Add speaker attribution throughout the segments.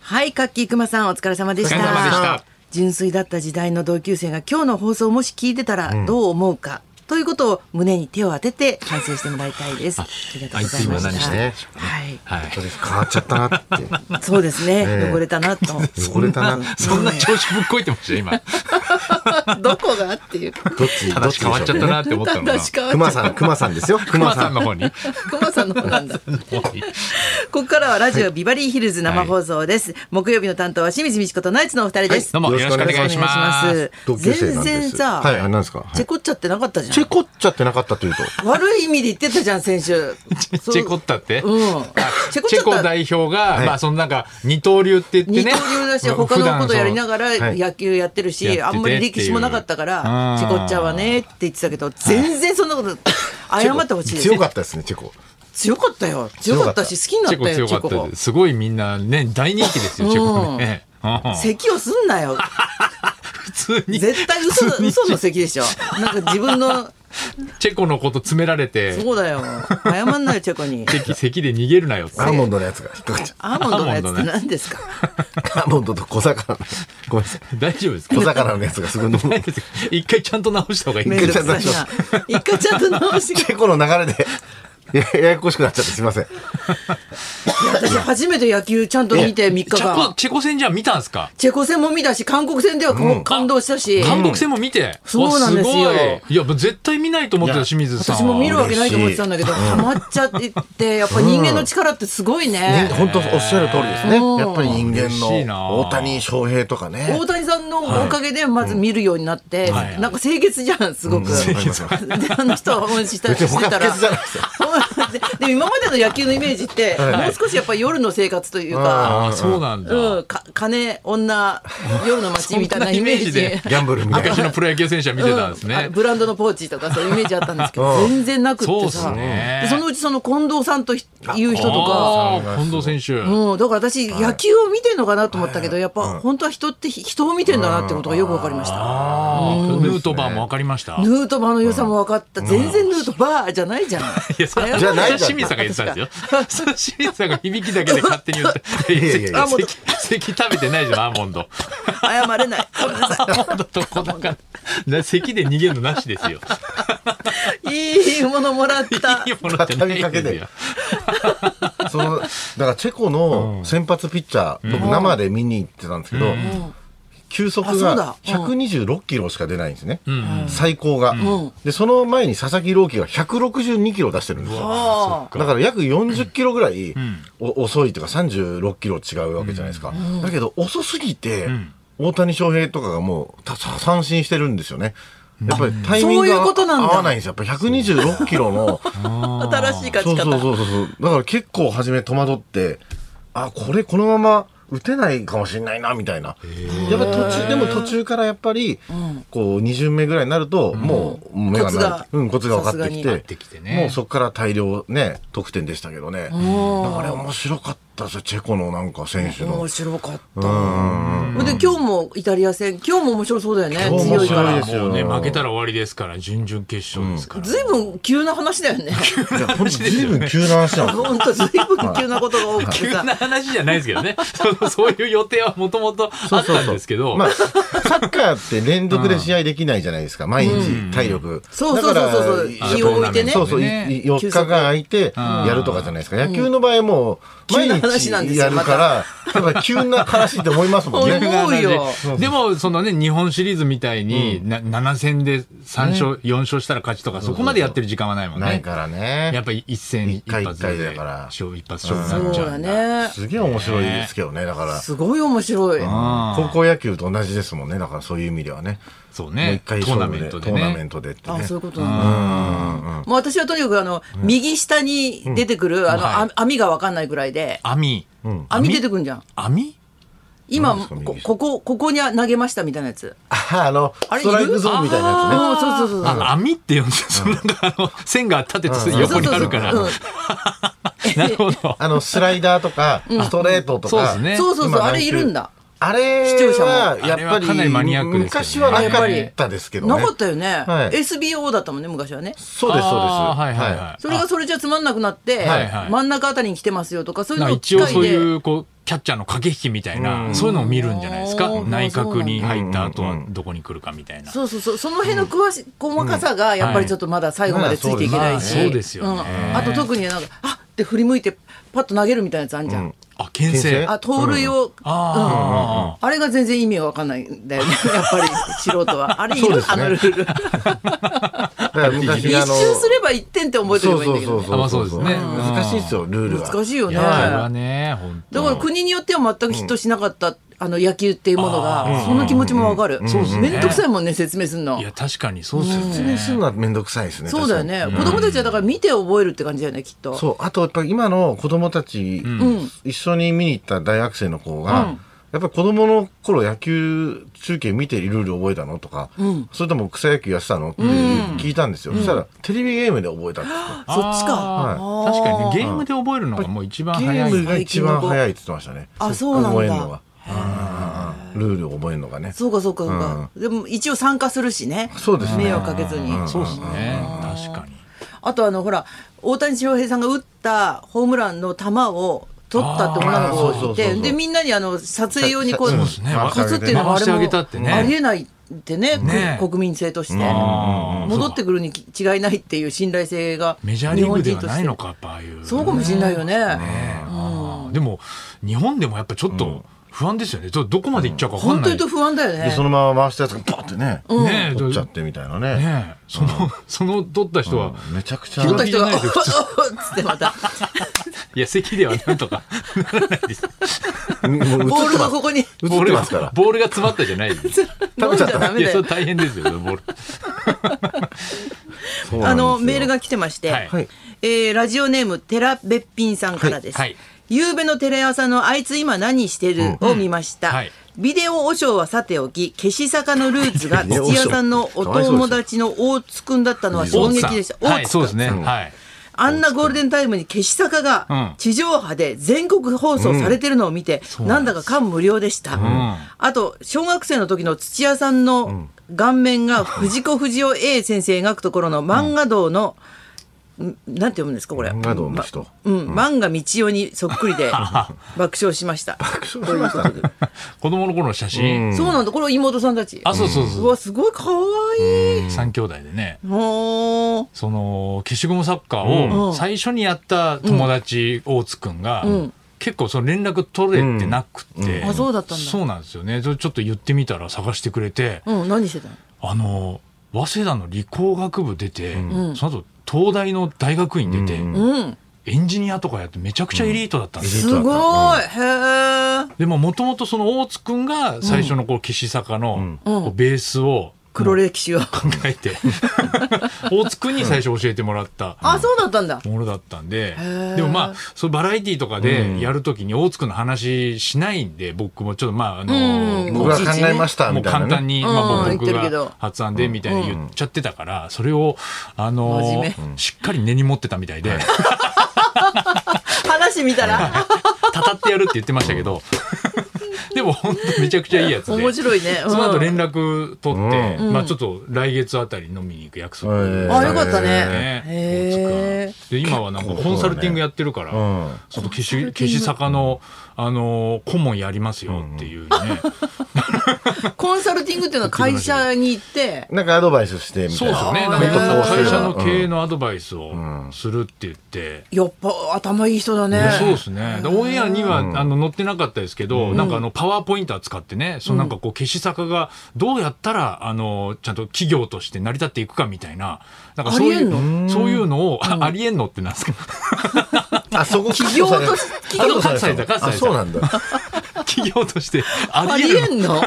Speaker 1: はい、カッキークマさんお疲れ様でした。
Speaker 2: お疲れ様でした
Speaker 1: 純粋だった時代の同級生が今日の放送をもし聞いてたらどう思うか、ということを胸に手を当てて反省してもらいたいです。ありがとうございま
Speaker 2: あいつも何
Speaker 1: し。
Speaker 2: した
Speaker 1: は
Speaker 2: てね
Speaker 1: い、
Speaker 2: はい。
Speaker 3: 変わっちゃったなって。
Speaker 1: そうですね。
Speaker 3: え
Speaker 1: 汚れたなと。
Speaker 3: 汚れたな。
Speaker 2: そんな調子ぶっこいてました、今。
Speaker 1: どこがっていう。
Speaker 3: どっち、どっ
Speaker 2: 話
Speaker 3: ち
Speaker 2: 変わっちゃっ
Speaker 3: な。
Speaker 2: たなって思ったのが。
Speaker 1: 確か
Speaker 3: 熊さん、熊さんですよ。熊
Speaker 2: 熊
Speaker 3: さ
Speaker 2: さ
Speaker 3: ん
Speaker 2: ん。の方に。
Speaker 1: クマさんの方なんだ。ここからはラジオビバリーヒルズ生放送です。木曜日の担当は清水美智子とナイツのお二人です。
Speaker 2: どうもよろしくお願いしま
Speaker 1: お願
Speaker 2: す。
Speaker 1: い
Speaker 3: 同級生
Speaker 1: 全
Speaker 3: なんです。
Speaker 1: 然さ、
Speaker 3: はい、あ、なんですか。はい
Speaker 1: チェコっちゃってなかったじゃん。
Speaker 3: チェコっちゃってなかったというと。
Speaker 1: 悪い意味で言ってたじゃん先週
Speaker 2: チェコったって。
Speaker 1: うんチェコ
Speaker 2: チェコ
Speaker 1: だった
Speaker 2: 代表が、
Speaker 3: い
Speaker 2: まあ、そのなんか、二刀流って言って
Speaker 1: 二
Speaker 2: ね。
Speaker 1: 刀流だし他のことやりな
Speaker 2: が
Speaker 1: がら
Speaker 3: はい
Speaker 1: 野球やってるし、
Speaker 2: やってて
Speaker 1: あんまり歴史もなかったか
Speaker 2: っ
Speaker 1: らチ
Speaker 2: ていう
Speaker 1: ェコっちゃんはねって言ってたけど全然そんなこと謝ってほしいです
Speaker 3: 強かったですね、チェコ。
Speaker 1: 強かったよ強かったし好きにな
Speaker 2: チェ
Speaker 1: ったよ
Speaker 2: コ
Speaker 1: チェ
Speaker 2: 強か
Speaker 1: コ
Speaker 2: ったです。すごいみんな、ね、大人気ですよ、チェコね。うん
Speaker 1: 咳をすんなよ
Speaker 2: 普通に、チ
Speaker 1: 絶対嘘嘘の咳でしょなんか自分 の
Speaker 2: ェコのこと詰められて、
Speaker 1: そうだよ謝んなよチェコに
Speaker 2: 咳咳で逃げるなよって。
Speaker 3: アーモンドのやつが引っかかっちゃ
Speaker 1: アーモンドのやつ
Speaker 2: アー
Speaker 1: っ
Speaker 2: モ
Speaker 1: て
Speaker 2: ンドね
Speaker 1: 何ですか
Speaker 3: う。アーモンドと小魚。 ごめんなさい。
Speaker 2: 大丈夫ですか
Speaker 3: 小魚のやつがす ごい飲む。
Speaker 2: 一回ちゃんと直した方がいい。
Speaker 1: めんどくさいな一回ちゃんと直して
Speaker 3: チェコの流れで。やややこしくなっちゃってすいません。
Speaker 1: 私初めて野球ちゃんと見て3日
Speaker 2: チェコ、
Speaker 1: 間
Speaker 2: チェコ戦じゃあ見たんですか
Speaker 1: チェコ戦も見たし韓国戦ではこう感動したし、
Speaker 2: 韓国戦も見て、
Speaker 1: そうなんですよ
Speaker 2: わごいいや絶対見ないと思ってた清水さん
Speaker 1: 私も見るわけないと思ってたんだけどハマっちゃってってやっぱ人間の力ってすごい
Speaker 3: ね、
Speaker 1: ね、
Speaker 3: 本当おっしゃる通りですね。
Speaker 1: うん
Speaker 3: やっぱり人間
Speaker 2: 嬉しいな
Speaker 3: の大谷翔平とかね
Speaker 1: 大。谷さんのおかげでまず見るようになって、
Speaker 2: はい
Speaker 1: なんか清潔じゃんすごく、
Speaker 3: わかりますわかります
Speaker 1: であの人は応援した
Speaker 3: 別に
Speaker 1: して
Speaker 3: 他
Speaker 1: た
Speaker 3: 不
Speaker 1: ら
Speaker 3: 潔じゃないですよ。
Speaker 1: でで今までの野球のイメージって、もう少しやっぱり夜の生活というか、
Speaker 2: あそうなんだ、
Speaker 1: うん、か金女夜の街みたいなイメージ
Speaker 2: そんなイメージで
Speaker 3: ギャンブルみたいな
Speaker 2: 昔のプロ野球選手は見てたんです
Speaker 1: うんあ
Speaker 2: ね、
Speaker 1: ブランドのポーチとかそういうイメージあったんですけど全然なくって
Speaker 2: そう
Speaker 1: さ
Speaker 2: っすね
Speaker 1: でそのうちその近藤さんとひいう人とか。
Speaker 2: あー近藤選手、
Speaker 1: うん、だから私、野球を見てんのかなと思ったけど、やっぱ本当は人って人を見てんだなってことがよく分かりました。
Speaker 2: あーヌートバーも分かりました、
Speaker 1: ヌートバーの良さも分かった。全然ヌートバーじゃないじゃん。
Speaker 2: いやそれ
Speaker 1: 謝る
Speaker 3: じゃない
Speaker 2: 清水さんが言ってた んですよそれ清水さんが響きだけで勝手に言って
Speaker 3: いやいやいや
Speaker 2: 咳咳食べてないじゃんアーモンド
Speaker 1: 謝れない。ごめんな
Speaker 2: ア
Speaker 1: さ
Speaker 2: ーモンドと小高な咳で逃げるのなしで すよ
Speaker 1: い。いいものもらった
Speaker 2: いい。ものじゃない
Speaker 3: 畳みかけ
Speaker 2: です
Speaker 3: て
Speaker 2: よ
Speaker 3: そのだからチェコの先発ピッチャー、僕生で見に行ってたんですけど、球速
Speaker 1: あ
Speaker 3: が
Speaker 1: そうだう
Speaker 3: 126キロしか出ないんですね、最高が、
Speaker 1: ん
Speaker 3: でその前に佐々木朗希が162キロ出してるんですよ
Speaker 1: あ
Speaker 3: だから約40キロぐらい、お遅いというか36キロ違うわけじゃないですか、だけど遅すぎて、大谷翔平とかがもうた三振してるんですよねやっぱりタイミング
Speaker 1: そういうこと
Speaker 3: が
Speaker 1: な
Speaker 3: 合
Speaker 1: んだ
Speaker 3: わないんですよ。やっぱ126キロの
Speaker 1: あ新しい勝
Speaker 3: そ
Speaker 1: ち
Speaker 3: うそう
Speaker 1: 方。
Speaker 3: そうそうそう。だから結構初め戸惑って、あ、これこのまま打てないかもしれないな、みたいな。やっぱ途中、でも途中からやっぱり、こう、2巡目ぐらいになると、もう、目が
Speaker 1: コツ
Speaker 3: な
Speaker 1: が
Speaker 3: い。うん、コツが分かってき
Speaker 1: さすがに
Speaker 3: て。
Speaker 1: 合
Speaker 2: ってきてね
Speaker 3: もうそこから大量ね、得点でしたけどね。だからあれ面白かったですよ、チェコのなんか選手の
Speaker 1: 面。白かった。で、今日もイタリア戦、今日も面白そうだよね。
Speaker 3: 今日
Speaker 1: 強い
Speaker 3: も面
Speaker 1: か
Speaker 3: 白い
Speaker 1: ら
Speaker 3: で。すよ
Speaker 2: もうね負けたら終わりですから準々決勝ですから、
Speaker 1: ずいぶん急な話だよ ね。
Speaker 3: いや、ほんと随分急な話なんですよ。
Speaker 1: 本当ずいぶん急なことが多くて
Speaker 2: 急
Speaker 1: さ。
Speaker 2: な話じゃないですけどね。 そうそういう予定はもともとあったんですけど。
Speaker 3: まあ、サッカーって連続で試合できないじゃないですか、毎日体力。
Speaker 1: そうそう
Speaker 3: だから
Speaker 1: そうそう
Speaker 2: 日を置いてね
Speaker 3: そうそう、い
Speaker 2: ね
Speaker 3: い4日が空いてやるとかじゃないですか。野球の場合もう、
Speaker 1: 急
Speaker 3: 毎
Speaker 1: な話なんで
Speaker 3: 日
Speaker 1: すよ
Speaker 3: やるから、やっぱ急な話って思いますもん
Speaker 1: 急な
Speaker 3: ね。
Speaker 1: 思うよ
Speaker 2: でも、そのね、日本シリーズみたいに、な7戦で3勝、4勝したら勝ちとか、そこまでやってる時間はないもん
Speaker 3: ない
Speaker 2: ね。
Speaker 3: から
Speaker 2: やっ
Speaker 3: ね。
Speaker 2: ぱり一戦一
Speaker 3: 一回
Speaker 2: 発
Speaker 3: 一回
Speaker 2: で
Speaker 3: だから
Speaker 2: 勝負一発勝負
Speaker 1: そ
Speaker 2: になっ
Speaker 1: う
Speaker 2: ちゃ
Speaker 1: だ
Speaker 2: うんだ。
Speaker 1: ね。
Speaker 3: すげえ面白いですけどね、だから。
Speaker 1: すごい面白い。
Speaker 3: 高校野球と同じですもんね、だからそういう意味ではね。
Speaker 2: そう
Speaker 3: もう
Speaker 2: ね
Speaker 3: 一。
Speaker 2: ト
Speaker 3: 回
Speaker 2: ー
Speaker 3: 勝
Speaker 2: ナ
Speaker 3: 負
Speaker 2: メ
Speaker 3: で
Speaker 2: ント
Speaker 3: ト
Speaker 2: で
Speaker 3: ーナメ
Speaker 2: ね
Speaker 3: ン。トでって
Speaker 1: あ
Speaker 3: ね。
Speaker 1: そういうことなんだ。もう私はとにかくあの、右下に出てくる、あの、
Speaker 2: はい
Speaker 1: あ網がわかんないぐらいで、
Speaker 2: 網。
Speaker 1: 網出てくんじゃん。
Speaker 2: 網
Speaker 1: 今、
Speaker 3: 何ですか右
Speaker 1: こ
Speaker 3: 下
Speaker 1: ここ、ここに投げましたみたいなやつ。
Speaker 3: ああの、
Speaker 1: あれ
Speaker 3: ストライクゾーンみたいなやつね。
Speaker 1: うんそうそうそうそう。
Speaker 2: あ、網って呼んで、そのなんかあの、線が立てて横にあるから。
Speaker 1: そうそう
Speaker 2: なるほど。
Speaker 3: あの、スライダーとか、ストレートと
Speaker 2: そうで
Speaker 3: か。
Speaker 2: すね
Speaker 1: そうそうそう
Speaker 3: 今
Speaker 1: あれいるんだ。
Speaker 3: あれ
Speaker 1: 視聴者も
Speaker 3: は、や
Speaker 2: あれ
Speaker 3: っぱ
Speaker 2: は
Speaker 3: り、
Speaker 2: かなりマニアックですよね
Speaker 3: 昔はなかったですけ
Speaker 1: そ
Speaker 3: ど
Speaker 1: う
Speaker 3: ね。
Speaker 1: なかったよね、
Speaker 3: はい
Speaker 1: SBO だったもんね、昔はね。
Speaker 3: そうです、そうです。
Speaker 2: あーはいはい
Speaker 3: は
Speaker 2: はいい。
Speaker 1: それがそれじゃつまんなくなって、
Speaker 2: はいはい
Speaker 1: 真ん中あたりに来てますよとか、そういう
Speaker 2: なん
Speaker 1: の
Speaker 2: か
Speaker 1: を機
Speaker 2: 一応そ
Speaker 1: 械
Speaker 2: う
Speaker 1: で。
Speaker 2: いうこうキャッチャーの駆け引きみたいな、
Speaker 3: うん
Speaker 2: そういうのを見るんじゃないですか、
Speaker 1: うん
Speaker 2: 内角に入った後
Speaker 3: うん
Speaker 2: は
Speaker 3: うん
Speaker 2: どこに来るかみたいな、
Speaker 1: そうそうそうその辺の詳し、細かさがやっぱりちょっとまだ最後までついていけないし、
Speaker 2: うんはいそうですよね
Speaker 1: んあと特になんかあって振り向いてパッと投げるみたいなやつあんじゃん、
Speaker 3: うん
Speaker 2: あ牽制
Speaker 3: 牽制
Speaker 1: あ盗塁を、
Speaker 2: あー
Speaker 1: あれが全然意味がわかんないん だよねやっぱり素人はあれい
Speaker 3: そう
Speaker 1: る、
Speaker 3: です
Speaker 1: あ
Speaker 3: ね
Speaker 1: のルール
Speaker 3: だから昔
Speaker 1: 一
Speaker 3: あの
Speaker 1: 周すれば1点って覚えてれ
Speaker 3: そう
Speaker 1: ばいいん
Speaker 3: そ
Speaker 1: だ
Speaker 3: う
Speaker 1: け
Speaker 3: そ
Speaker 1: どね
Speaker 3: う
Speaker 2: あま
Speaker 3: そ
Speaker 2: あ
Speaker 3: う
Speaker 2: そうですねうん
Speaker 3: 難しいですよルールは
Speaker 1: 難しいよね
Speaker 2: いやあれはね本当
Speaker 1: だから国によっては全くヒットしなかった、あの野球っていうものが、その気持ちもわかる、面
Speaker 2: そう
Speaker 1: 倒
Speaker 2: ですね
Speaker 1: めんどくさいもんね説明すんの
Speaker 2: いや確かにそうですよね、
Speaker 3: 説明するのは面倒くさいですね
Speaker 1: そうだよ
Speaker 3: 確かに
Speaker 1: ね、子供たちはだから見て覚えるって感じだよねきっと
Speaker 3: そうあとやっぱり今の子供たち、
Speaker 1: ん
Speaker 3: 一緒に見に行った大学生の子が、やっぱり子供の頃野球中継見てルール覚えたのとか、それとも草野球やってたのって聞いたんですよ、そしたらテレビゲームで覚えたって言って
Speaker 1: そっちか、
Speaker 2: あー
Speaker 1: あー
Speaker 2: 確かにねゲームで覚えるのがもう一番
Speaker 3: ゲ
Speaker 2: 早い
Speaker 3: ーム
Speaker 2: です
Speaker 3: が一番早いって言ってましたね
Speaker 1: あそうなんだ
Speaker 3: 覚えるのがうんうんうんルールを覚えるのがね
Speaker 1: そうかそうかそうか、でも一応参加するしね
Speaker 3: そうですね
Speaker 1: 迷惑かけずに、
Speaker 2: そうですね確かに
Speaker 1: あとあのほら大谷翔平さんが打ったホームランの球を取ったって女の子がい
Speaker 3: あーそうそうそう
Speaker 1: て
Speaker 3: そう
Speaker 1: でみんなにあの撮影用にこう
Speaker 3: そう
Speaker 2: ですね
Speaker 1: こすっていうのはあ
Speaker 2: 回してあ
Speaker 1: れ
Speaker 2: げ
Speaker 1: も
Speaker 2: たってね
Speaker 1: ありえないってね
Speaker 2: ね
Speaker 1: 国民性として
Speaker 2: あー
Speaker 1: 戻ってくるに違いないっていう信頼性が
Speaker 2: メジャーリーグではないのかやっぱああいう
Speaker 1: そうかもしれないよね
Speaker 2: ねあーでも日本でもやっぱちょっと不安ですよねちょっとどこまで行っちゃうか分かん
Speaker 1: 本当
Speaker 2: な
Speaker 1: 言
Speaker 2: いう
Speaker 1: と不安だよ
Speaker 3: でそ
Speaker 1: ね
Speaker 3: のまま回したやつがバッてね、
Speaker 2: ねえ
Speaker 3: 取っちゃってみたいなね
Speaker 2: ねえそのその取った人は
Speaker 3: めちゃくちゃ
Speaker 1: 取った人が「おっ!」
Speaker 2: 気
Speaker 1: っ
Speaker 2: が利
Speaker 1: つってまた
Speaker 2: いや席ではなん とかならないです
Speaker 3: うんもう映ってます
Speaker 1: ボールがここに
Speaker 3: 映ってますから
Speaker 2: ボールが詰まったじゃないです
Speaker 1: 飲んじゃダ
Speaker 2: い
Speaker 1: メ
Speaker 2: や
Speaker 1: だ
Speaker 2: そ
Speaker 1: よ
Speaker 2: れ大変ですよボール
Speaker 3: そうな
Speaker 1: あ
Speaker 3: んですよ
Speaker 1: のメールが来てまして、
Speaker 2: はい
Speaker 3: はい
Speaker 1: えーラジオネームテラべっぴんさんからです。
Speaker 2: はいはい
Speaker 1: 夕べのテレ朝の「あいつ今何してる?」を見ました、
Speaker 2: うんはい
Speaker 1: ビデオ和尚はさておき消し坂のルー ツが土屋さんのお友達の大津くんだったのは衝
Speaker 2: 大津さ
Speaker 1: 撃
Speaker 2: ん
Speaker 1: でした
Speaker 2: はいそうですね
Speaker 1: うん
Speaker 2: はい
Speaker 1: あんなゴールデンタイムに消し坂
Speaker 2: うん
Speaker 1: が地上波で全国放送されてるのを見て、なんだか感無量でした、あと小学生の時の土屋さんの顔面が藤子不二雄 A 先生描くところの漫画道の、んなんて読むんですかこれ
Speaker 3: 漫画道の人
Speaker 1: うん、漫画道夫にそっくり で爆笑しました
Speaker 3: 爆笑しましたね
Speaker 2: 子供の頃の写真
Speaker 1: そうなんだこれ妹さんたち
Speaker 2: あそうそうそう
Speaker 1: うわすごい可愛い
Speaker 2: 三兄弟でね
Speaker 1: もう
Speaker 2: その消しゴムサッカーを最初にやった友達、大津くんが、結構その連絡取れてなく
Speaker 1: ん
Speaker 2: て、
Speaker 1: あそうだったんだ
Speaker 2: そうなんですよねそれちょっと言ってみたら探してくれて、
Speaker 1: うん何してたの
Speaker 2: あの早稲田の理工学部出て、その後東大の大学院出て、
Speaker 1: うん
Speaker 2: エンジニアとかやってめちゃくちゃエリートだったんです
Speaker 1: す
Speaker 2: よ、
Speaker 1: ごいへえ
Speaker 2: でももともとその大津くんが最初のこう岸坂のこうベースを
Speaker 1: 黒歴史を
Speaker 2: 考えて、 大津くんに最初教えてもらった
Speaker 1: あそうだったんだ
Speaker 2: ものだったんで
Speaker 1: ー
Speaker 2: でもまあそうバラエティーとかでやるときに大津くんの話しないんで僕もちょっとまああの
Speaker 1: うん
Speaker 2: も
Speaker 3: 僕が考えました
Speaker 2: う
Speaker 3: み
Speaker 2: もう
Speaker 3: たいな、ね、
Speaker 2: 簡単に、まあ、
Speaker 1: うん
Speaker 2: 僕
Speaker 1: 言ってるけど
Speaker 2: が発案でみたいに言っちゃってたからそれをあ
Speaker 1: 真
Speaker 2: の
Speaker 1: 面
Speaker 2: しっかり根に持ってたみたいで
Speaker 1: 話見たら
Speaker 2: たたってやるって言ってました けどでも本当めちゃくちゃいいやつで。
Speaker 1: 面白いね。
Speaker 2: その後
Speaker 1: 絡
Speaker 2: 連絡取って、
Speaker 1: ん
Speaker 2: まあちょっと来月あたり飲みに行く約束
Speaker 3: へ
Speaker 2: を
Speaker 3: ー
Speaker 1: あよかった
Speaker 2: ね
Speaker 1: ね。
Speaker 2: 大
Speaker 1: へ
Speaker 2: 塚で今はなんかコンサルティングやってるから、
Speaker 3: うん
Speaker 2: その消し消し坂の、あのー顧問やりますよっていうね、
Speaker 1: え。コンサルティングっていうのは会社に行って。
Speaker 3: なんかアドバイスしてみたいな
Speaker 2: そうですね
Speaker 1: あー
Speaker 2: なんか
Speaker 1: へー
Speaker 2: 会社の経営のアドバイスをするって言って。
Speaker 1: やっぱ頭いい人だね。
Speaker 2: そうですね。でオンエアには、あの載ってなかったですけど、なんかあのパワーポインター使ってね、そのなんかこう消し坂がどうやったらあのちゃんと企業として成り立っていくかみたいな、なんかそうい
Speaker 1: ありえ
Speaker 2: うそういうのを、あありえんのってなん ですか。
Speaker 3: あそこ
Speaker 1: 企業とし
Speaker 3: カットされた
Speaker 2: 企業カットされた
Speaker 3: あそうなんだ
Speaker 2: 企業として
Speaker 1: あ
Speaker 2: あり
Speaker 1: り
Speaker 2: え
Speaker 1: え
Speaker 2: んの
Speaker 1: んの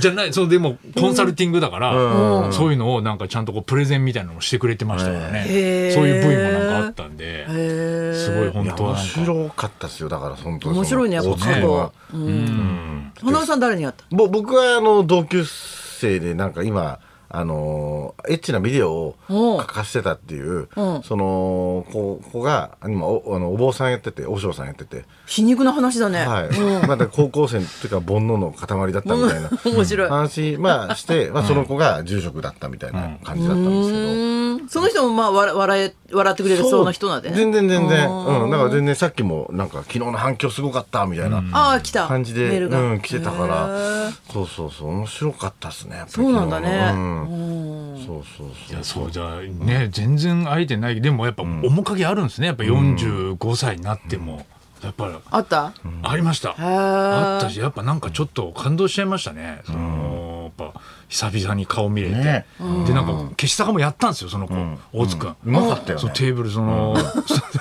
Speaker 2: じゃない、そうでもコンサルティングだから、
Speaker 3: うん
Speaker 2: うんそういうのをなんかちゃんとこうプレゼンみたいなのもしてくれてましたからね。
Speaker 1: へー
Speaker 2: そういう部位もなんかあったんで、
Speaker 1: へえ
Speaker 2: すごい本
Speaker 3: いや
Speaker 2: 当
Speaker 3: 面
Speaker 2: はなんか
Speaker 3: 白かったですよだから本当に
Speaker 1: 面白いねやっぱ
Speaker 3: 大塚
Speaker 1: 過
Speaker 3: 君は
Speaker 1: 去。うん花尾さん誰に会った
Speaker 3: ぼ僕はあの同級生でなんか今あのーエッチなビデオを
Speaker 1: おう
Speaker 3: 書かせてたっていう
Speaker 1: うん
Speaker 3: その子子が今おあのお坊さんやってて和尚さんやってて、
Speaker 1: 皮肉な話だね。
Speaker 3: はい、まだ高校生の時から煩悩の塊だったみたいな
Speaker 1: うん面白い
Speaker 3: 話、まあ、して、まあ、その子が住職だったみたいな感じだったんですけど、
Speaker 1: うんその人もまあわら笑笑ってくれるそうな人なんでね
Speaker 3: 全然全然。
Speaker 1: あー
Speaker 3: うん。だから全然さっきも、なんか昨日の反響すごかった、みたいな
Speaker 1: ああ来た
Speaker 3: 感じで、
Speaker 1: メールが、
Speaker 3: うん、来てたか
Speaker 1: へえ
Speaker 3: ら。そうそうそう。面白かったですね。やっぱり
Speaker 1: そうなんだ
Speaker 3: 昨日の
Speaker 1: ね、うん
Speaker 3: うんそうそうそう。
Speaker 2: いやそうじゃあね、全然会えてないでもやっぱ面影あるんですねやっぱ45歳になっても、やっぱり
Speaker 1: あった、
Speaker 2: ありました、
Speaker 1: へえ
Speaker 2: あったしやっぱなんかちょっと感動しちゃいましたね、そのやっぱ久々に顔見れて、
Speaker 3: ね
Speaker 2: でなんか消し坂もやったんですよその子、大津君、
Speaker 3: うまかったよ
Speaker 2: その
Speaker 3: ね。
Speaker 2: テーブルその、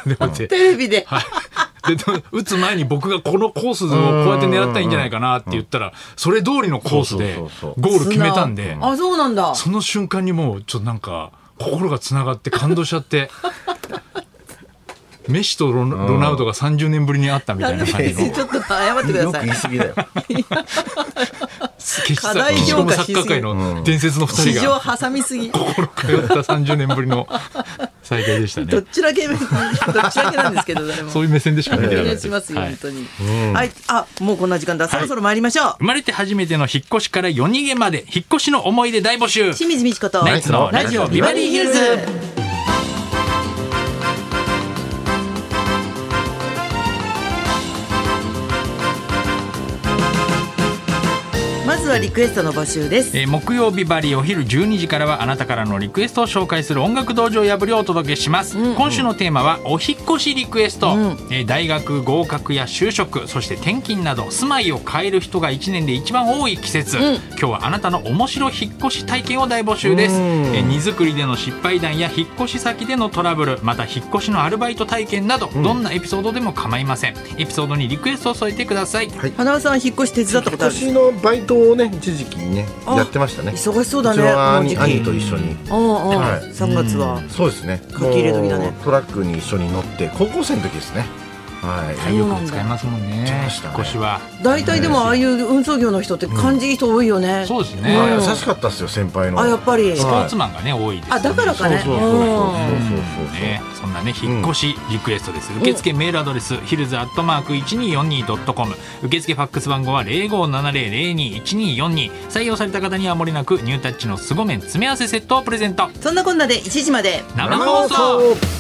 Speaker 2: でこうやって
Speaker 1: テレビで、
Speaker 2: はい。で、でも打つ前に僕がこのコースをこうやって狙ったらいいんじゃないかなって言ったら、それ通りのコースで
Speaker 3: そうそうそうそう
Speaker 2: ゴール決めたんで、
Speaker 1: あそうなんだ
Speaker 2: その瞬間にもうちょっとなんか心がつながって感動しちゃって。メッシとロロナウドが30年ぶりに会ったみたいな感じ の
Speaker 1: ちょっと謝ってくだ
Speaker 3: よ
Speaker 1: さい
Speaker 3: く言い過 ぎだよ。
Speaker 2: 消し
Speaker 1: 課題
Speaker 2: 消しゴ
Speaker 1: 評
Speaker 2: ム
Speaker 1: 価
Speaker 2: サ
Speaker 1: しす
Speaker 2: ッ
Speaker 1: ぎ
Speaker 2: カー界の伝説の2
Speaker 1: 市
Speaker 2: 人
Speaker 1: 場
Speaker 2: が
Speaker 1: 挟みすぎ
Speaker 2: 心通った30年ぶりの再会でした
Speaker 1: どっ
Speaker 2: ね。
Speaker 1: ち だけどっちだけなんですけど誰も
Speaker 2: そういう目線でしか見
Speaker 1: お
Speaker 2: てなかった
Speaker 1: 願
Speaker 2: で
Speaker 1: い
Speaker 2: す。
Speaker 1: しますよ、
Speaker 2: はい
Speaker 1: 本当に、はいあもうこんな時間だそろそろ参りましょう、
Speaker 2: 生まれて初めての引っ越しから夜逃げまで引っ越しの思い出大募集
Speaker 1: 清水美智子と
Speaker 2: ナイツの
Speaker 1: ラジオビバリーヒルズまずはリクエストの募集です
Speaker 2: えー木曜日バリお昼12時からはあなたからのリクエストを紹介する音楽道場破りをお届けします、今週のテーマはお引っ越しリクエスト、
Speaker 1: うん
Speaker 2: えー大学合格や就職そして転勤など住まいを変える人が1年で一番多い季節、
Speaker 1: ん
Speaker 2: 今日はあなたの面白引っ越し体験を大募集です、
Speaker 3: うん
Speaker 2: えー荷造りでの失敗談や引っ越し先でのトラブルまた引っ越しのアルバイト体験など、どんなエピソードでも構いませんエピソードにリクエストを添えてください
Speaker 1: 花輪さん引っ越し手伝ったことある
Speaker 3: 私のバイトをね、一時期ね、
Speaker 1: あ
Speaker 3: やってましたね。
Speaker 1: 忙しそうだね
Speaker 3: うちの
Speaker 1: この時期
Speaker 3: 兄兄と一緒に。
Speaker 1: うんうん、
Speaker 3: はい
Speaker 1: 3月は
Speaker 3: そうですね。
Speaker 1: 書き入れ時だね
Speaker 3: もうトラックに一緒に乗って、高校生の時ですね。はい。
Speaker 1: い
Speaker 2: よく使いますもんね
Speaker 3: 使いましたね
Speaker 2: 引っ越しは
Speaker 1: 大体でもああいう運送業の人って感じいい人多いよね、
Speaker 2: そうです
Speaker 1: う
Speaker 2: ね、
Speaker 1: ん
Speaker 3: はい優しかったですよ、先輩の。
Speaker 1: あやっぱり
Speaker 2: スポーツマンがね、多いです、ね。
Speaker 1: あだからかね
Speaker 3: そうそうそうそうそうそう
Speaker 2: ね、そんなね引っ越しリクエストです、受付メールアドレス、ヒルズアットマーク 1242.com 受付ファックス番号は0570021242採用された方にはもれなくニュータッチの凄麺詰め合わせセットをプレゼント
Speaker 1: そんなこんなで1時まで
Speaker 2: 生放送
Speaker 3: 送